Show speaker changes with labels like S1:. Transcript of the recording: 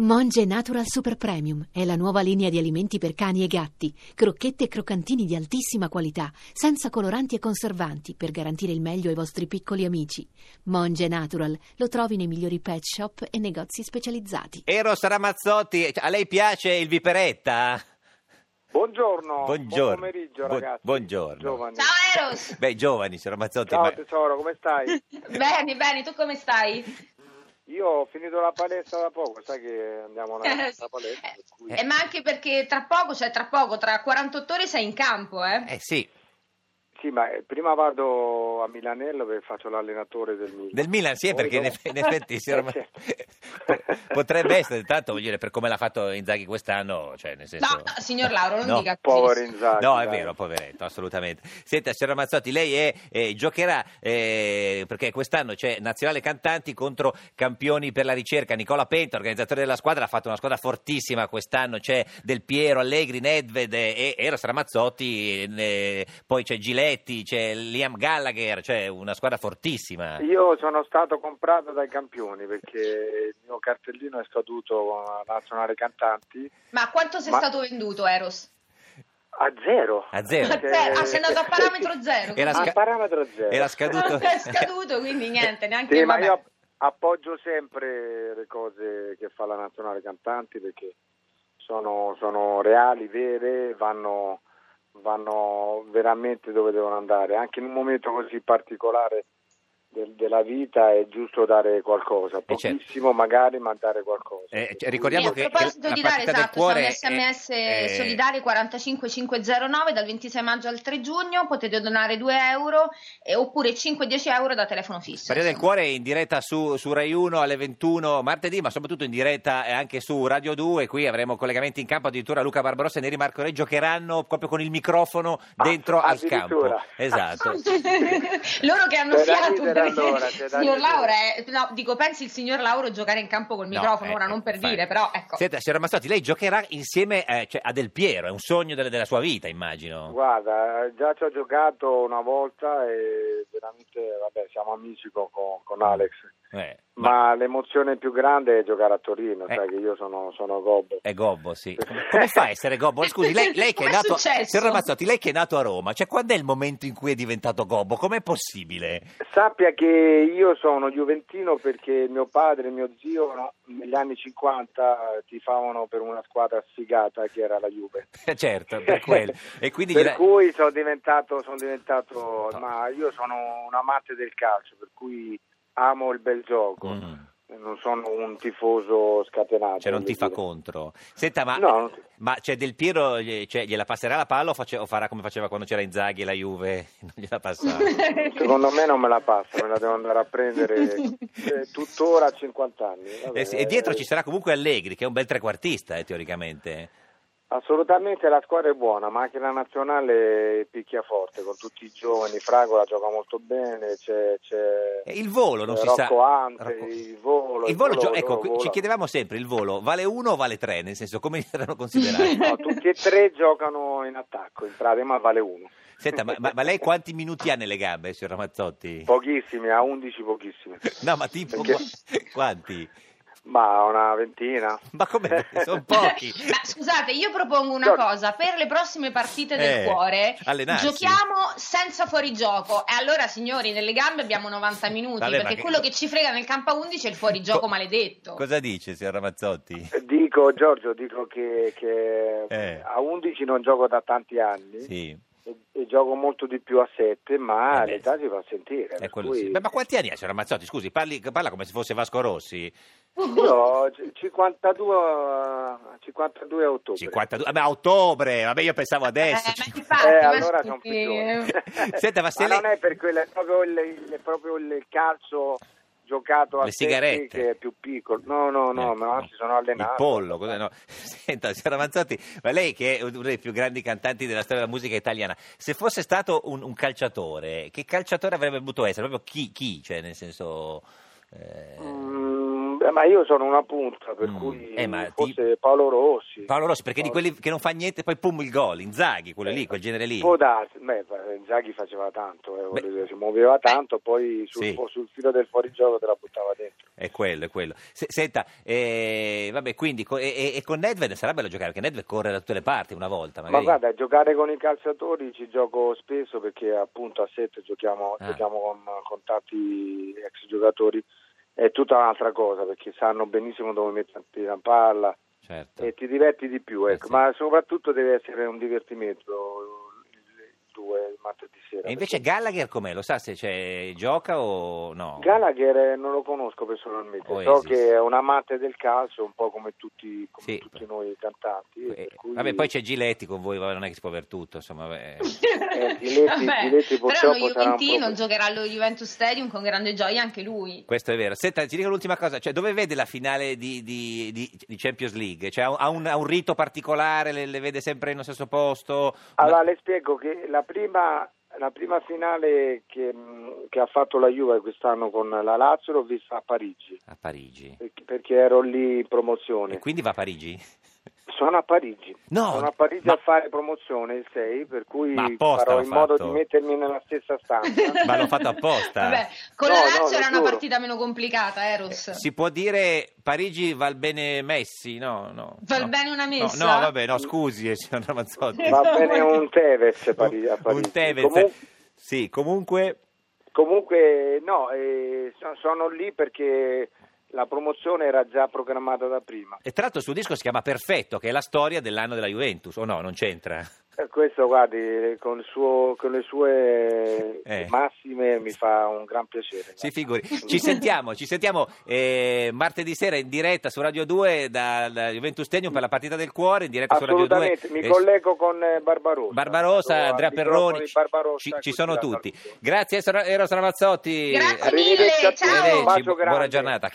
S1: Monge Natural Super Premium è la nuova linea di alimenti per cani e gatti, crocchette e croccantini di altissima qualità, senza coloranti e conservanti, per garantire il meglio ai vostri piccoli amici. Monge Natural lo trovi nei migliori pet shop e negozi specializzati.
S2: Eros Ramazzotti, a lei piace il viperetta?
S3: Buongiorno,
S2: Buongiorno.
S3: buon pomeriggio
S2: Bu-
S3: ragazzi.
S2: buongiorno.
S3: Giovani.
S4: Ciao Eros!
S2: Beh, giovani, signor Ramazzotti,
S3: Ciao
S2: ma-
S3: tesoro, come stai?
S4: Bene, bene, tu come stai?
S2: Eh.
S3: Io ho finito la palestra da poco, sai che andiamo alla, alla palestra. per cui-
S4: Eh, ma anche perché tra poco, cioè tra poco, tra 48 ore sei in campo, eh?
S2: eh sì,
S3: Sì, ma eh, prima vado a Milanello perché faccio l'allenatore del Milan.
S2: del Milan sì,
S3: Poi
S2: perché in
S3: dopo-
S2: eff- in effetti signor
S3: Eh,
S2: Ramazzotti,
S3: sì.
S2: potrebbe essere, tanto voglio dire, per come l'ha fatto Inzaghi quest'anno, cioè nel senso...
S4: No, no, signor Lauro, non
S2: No.
S4: dica così.
S3: Povero Inzaghi.
S2: No, è
S3: dai.
S2: vero, poveretto, assolutamente. Senta, signor Ramazzotti, lei è- eh, giocherà eh, perché quest'anno c'è Nazionale Cantanti contro Campioni per la Ricerca. Nicola Penta, organizzatore della squadra, ha fatto una squadra fortissima quest'anno. C'è Del Piero, Allegri, Nedved eh, e Eros Ramazzotti. eh, poi c'è Giletti, c'è Liam Gallagher, cioè una squadra fortissima.
S3: Io sono stato comprato dai campioni perché il mio cartellino è scaduto a Nazionale Cantanti
S4: Ma quanto sei
S3: Ma-
S4: stato venduto, Eros?
S3: a zero.
S2: A zero.
S4: A zero. Ah, sei andato
S3: eh,
S4: a parametro zero, Ah,
S2: Era
S3: Era
S2: sca-
S3: a parametro zero.
S2: Era scaduto.
S4: È scaduto, quindi niente, neanche...
S3: Sì, ma
S4: vabbè.
S3: io app- appoggio sempre le cose che fa la nazionale cantanti perché sono, sono reali, vere, vanno, vanno veramente dove devono andare. Anche in un momento così particolare del- della vita è giusto dare qualcosa,
S2: Eh, certo.
S3: pochissimo magari, ma dare qualcosa.
S2: Eh,
S3: Per
S2: ricordiamo
S3: cui-
S4: E
S2: che-
S4: a proposito
S2: la
S4: di dare,
S2: partita del
S4: esatto, c'è un
S2: cuore
S4: sms
S2: è- è-
S4: solidale 45509 dal 26 maggio al 3 giugno, potete donare 2 euro eh, oppure 5-10 euro da telefono fisso.
S2: Maria del Cuore è in diretta su, su Rai 1 alle 21 martedì, ma soprattutto in diretta eh, anche su Radio 2. Qui avremo collegamenti in campo. Addirittura Luca Barbarossa e Neri Marco Re giocheranno proprio con il microfono
S3: Ah,
S2: dentro al campo.
S4: Ah,
S3: addirittura.
S2: Esatto.
S4: Loro che hanno
S3: Te la
S4: fiato
S3: chiederà
S4: perché
S3: allora, te la
S4: il
S3: chiederà.
S4: signor Laura eh. è- no, dico pensi il signor Lauro giocare in campo col microfono
S2: No,
S4: ora
S2: eh,
S4: non per
S2: infatti.
S4: dire però ecco
S2: Senta, signora Mazzotti, lei giocherà insieme eh, cioè, a Del Piero, è un sogno della, della sua vita, immagino.
S3: Guarda, già ci ho giocato una volta e veramente, vabbè, siamo amici con- con- con Alex.
S2: Eh, ma
S3: Ma l'emozione più grande è giocare a Torino,
S2: Eh.
S3: sai che io sono, sono gobbo.
S2: è gobbo, sì. Come- Come fa a essere gobbo? Scusi, lei, lei che è
S4: Com'è
S2: nato.
S4: successo?
S2: Signora Mazzotti, lei che è nato a Roma, cioè quando è il momento in cui è diventato gobbo? Com'è possibile?
S3: Sappia che io sono giuventino perché mio padre e mio zio no, negli anni 50 tifavano per una squadra sfigata che era la Juve.
S2: Eh, certo, per quello. E quindi
S3: Per
S2: gliela-
S3: cui sono diventato, sono diventato ma io sono un amante del calcio, per cui amo il bel gioco.
S2: Mm.
S3: Non sono un tifoso scatenato.
S2: Cioè non
S3: voglio
S2: ti fa Ah, eh,
S3: dire.
S2: contro. Senta, ma,
S3: No, non ti-
S2: ma c'è Del Piero gli- cioè, gliela passerà la palla o, face- o farà come faceva quando c'era Inzaghi e la Juve? Non gliela passava.
S3: Secondo me non me la passa, me la devo andare a prendere eh, tuttora a 50 anni. Vabbè,
S2: e, s- e dietro
S3: eh,
S2: ci sarà comunque Allegri, che è un bel trequartista, eh, teoricamente.
S3: Assolutamente la squadra è buona, ma anche la nazionale picchia forte con tutti i giovani. Fragola gioca molto bene, c'è, c'è
S2: E il volo non
S3: eh,
S2: si sa.
S3: Rocco Ante,
S2: Rocco-
S3: il volo.
S2: Il volo, gio-
S3: loro
S2: ecco, qui- ci
S3: volano.
S2: chiedevamo sempre, il volo vale uno o vale tre? Nel senso, come erano considerati?
S3: No, tutti e tre giocano in attacco, in pratica, ma vale uno.
S2: Senta, ma, ma- ma lei quanti minuti ha nelle gambe, signor Ramazzotti?
S3: Pochissimi, a 11 pochissimi,
S2: No, ma tipo
S3: Perché-
S2: qua- quanti?
S3: ma una ventina.
S2: Ma come? Sono pochi.
S4: Ma scusate, io propongo una
S3: Giochi.
S4: cosa, per le prossime partite del
S2: Eh,
S4: cuore
S2: allenarsi.
S4: giochiamo senza fuorigioco e allora signori nelle gambe abbiamo 90 minuti
S2: Vabbè, ma
S4: perché
S2: che-
S4: quello che ci frega nel campo a 11 è il fuorigioco
S2: Co-
S4: maledetto.
S2: Cosa dice, signor Ramazzotti?
S3: Dico Giorgio, dico che, che
S2: Eh.
S3: a 11 non gioco da tanti anni.
S2: Sì.
S3: e, e gioco molto di più a 7,
S2: Eh
S3: ma
S2: beh,
S3: Ah, l'età si fa sentire.
S2: È
S3: per
S2: quello
S3: cui-
S2: sì. Beh, ma quanti anni ha, signor Ramazzotti? Scusi, parli- parla come se fosse Vasco Rossi.
S3: Io ho c- 52, a- 52 a ottobre.
S2: 52, vabbè, a ottobre, vabbè, io pensavo adesso.
S4: Eh, ma
S2: Cinqu-
S4: infatti,
S3: Eh,
S4: ma
S3: allora
S4: scusi,
S3: sono più giovane.
S2: Senta, ma se lei-
S3: non è per quello, è proprio il, il- è proprio il calcio giocato a
S2: Le
S3: sette
S2: sigarette.
S3: che è più piccolo. No, no, no,
S2: Eh,
S3: ma anzi sono
S2: Il
S3: allenato.
S2: pollo, cosa- no. Senta, signor Ramazzotti, ma lei che è uno dei più grandi cantanti della storia della musica italiana, se fosse stato un, un calciatore, che calciatore avrebbe dovuto essere? Proprio chi? chi? Cioè, nel senso... eh,
S3: Mm, beh, ma io sono una punta, per
S2: Mm.
S3: cui
S2: Eh, ma
S3: forse
S2: ti-
S3: Paolo Rossi. Eh,
S2: Paolo Rossi, perché di
S3: Paolo-
S2: quelli che non fa niente, poi pum il gol, Inzaghi, quello lì, quel genere lì.
S3: Può darsi, beh, Zaghi faceva tanto, eh, voglio
S2: Beh.
S3: dire, si muoveva tanto, poi sul,
S2: Sì.
S3: sul filo del fuorigioco te la buttava dentro.
S2: È quello, è quello. Se- senta, eh, vabbè, quindi co- e-, e- e con Nedved sarà bello giocare, perché Nedved corre da tutte le parti una volta.
S3: Ma
S2: Magari.
S3: guarda, giocare con i calciatori ci gioco spesso perché appunto a sette giochiamo,
S2: Ah.
S3: giochiamo con, con tanti ex giocatori, è tutta un'altra cosa perché sanno benissimo dove metterti la palla
S2: certo.
S3: e ti diverti di più,
S2: Eh,
S3: ecco.
S2: sì.
S3: ma soprattutto deve essere un divertimento il 2 il martedì sera.
S2: E invece Gallagher com'è? Lo sa se c'è, gioca o no?
S3: Gallagher eh, non lo conosco personalmente,
S2: Oasis.
S3: so che è un amante del calcio, un po' come tutti, come
S2: Sì.
S3: tutti noi cantanti. e
S2: Eh,
S3: per cui-
S2: Vabbè, poi c'è Giletti con voi, vabbè, non è che si può aver tutto, insomma. vabbè.
S3: Eh, Giletti-
S4: Vabbè,
S3: Giletti
S4: però
S3: purtroppo
S4: uno
S3: sarà un
S4: Juventino
S3: problema.
S4: giocherà allo Juventus Stadium con grande gioia anche lui.
S2: Questo è vero. Senta, ti dico l'ultima cosa, cioè, dove vede la finale di, di- di- di Champions League? Cioè, ha un- ha un, ha un rito particolare, le, le vede sempre nello stesso posto?
S3: Allora le spiego che la prima, la prima finale che, mh, che ha fatto la Juve quest'anno con la Lazio l'ho vista a Parigi,
S2: A Parigi.
S3: perché- perché ero lì in
S2: E
S3: promozione.
S2: quindi va a Parigi?
S3: Sono a Parigi,
S2: No,
S3: sono a Parigi
S2: ma-
S3: a fare promozione il 6, per cui
S2: Ma apposta
S3: farò
S2: l'ha
S3: in modo
S2: fatto.
S3: di mettermi nella stessa stanza.
S2: Ma l'ho fatto apposta.
S4: Vabbè, con
S3: No,
S4: la
S3: no,
S4: Lazio
S3: lo
S4: era una
S3: giuro.
S4: partita meno complicata, eh, Eros.
S2: Si può dire Parigi val bene Messi? No, no.
S4: Val
S2: no.
S4: bene una messa?
S2: No, no, vabbè, no, scusi, eh, signor Ramazzotti.
S3: Va bene un Tevez a Parigi. a Parigi.
S2: Un Tevez.
S3: Comun-
S2: Sì, comunque...
S3: comunque no, eh, so- sono lì perché la promozione era già programmata da prima.
S2: E tra l'altro il suo disco si chiama Perfetto, che è la storia dell'anno della Juventus, o no, non c'entra?
S3: Eh, Questo, guardi, con, il suo- con le sue
S2: Eh.
S3: massime mi fa un gran piacere.
S2: Si figuri. Ci sentiamo, ci sentiamo eh, martedì sera in diretta su Radio 2 dal Juventus Stadium per la partita del cuore, in diretta su Radio 2.
S3: Assolutamente, mi
S2: eh,
S3: collego con eh, Barbarossa.
S2: Barbarossa,
S3: Sono
S2: Andrea
S3: al microfono
S2: Perroni,
S3: di
S2: ci,
S3: Barbarossa
S2: ci-
S3: e
S2: ci
S3: qui
S2: sono
S3: la
S2: tutti.
S3: saluto.
S2: Grazie Eros Ramazzotti.
S4: Grazie
S3: Arrivederci
S4: mille,
S3: a tutti.
S4: ciao!
S2: Arrivederci,
S3: Un bacio
S2: buona
S3: grande.
S2: giornata.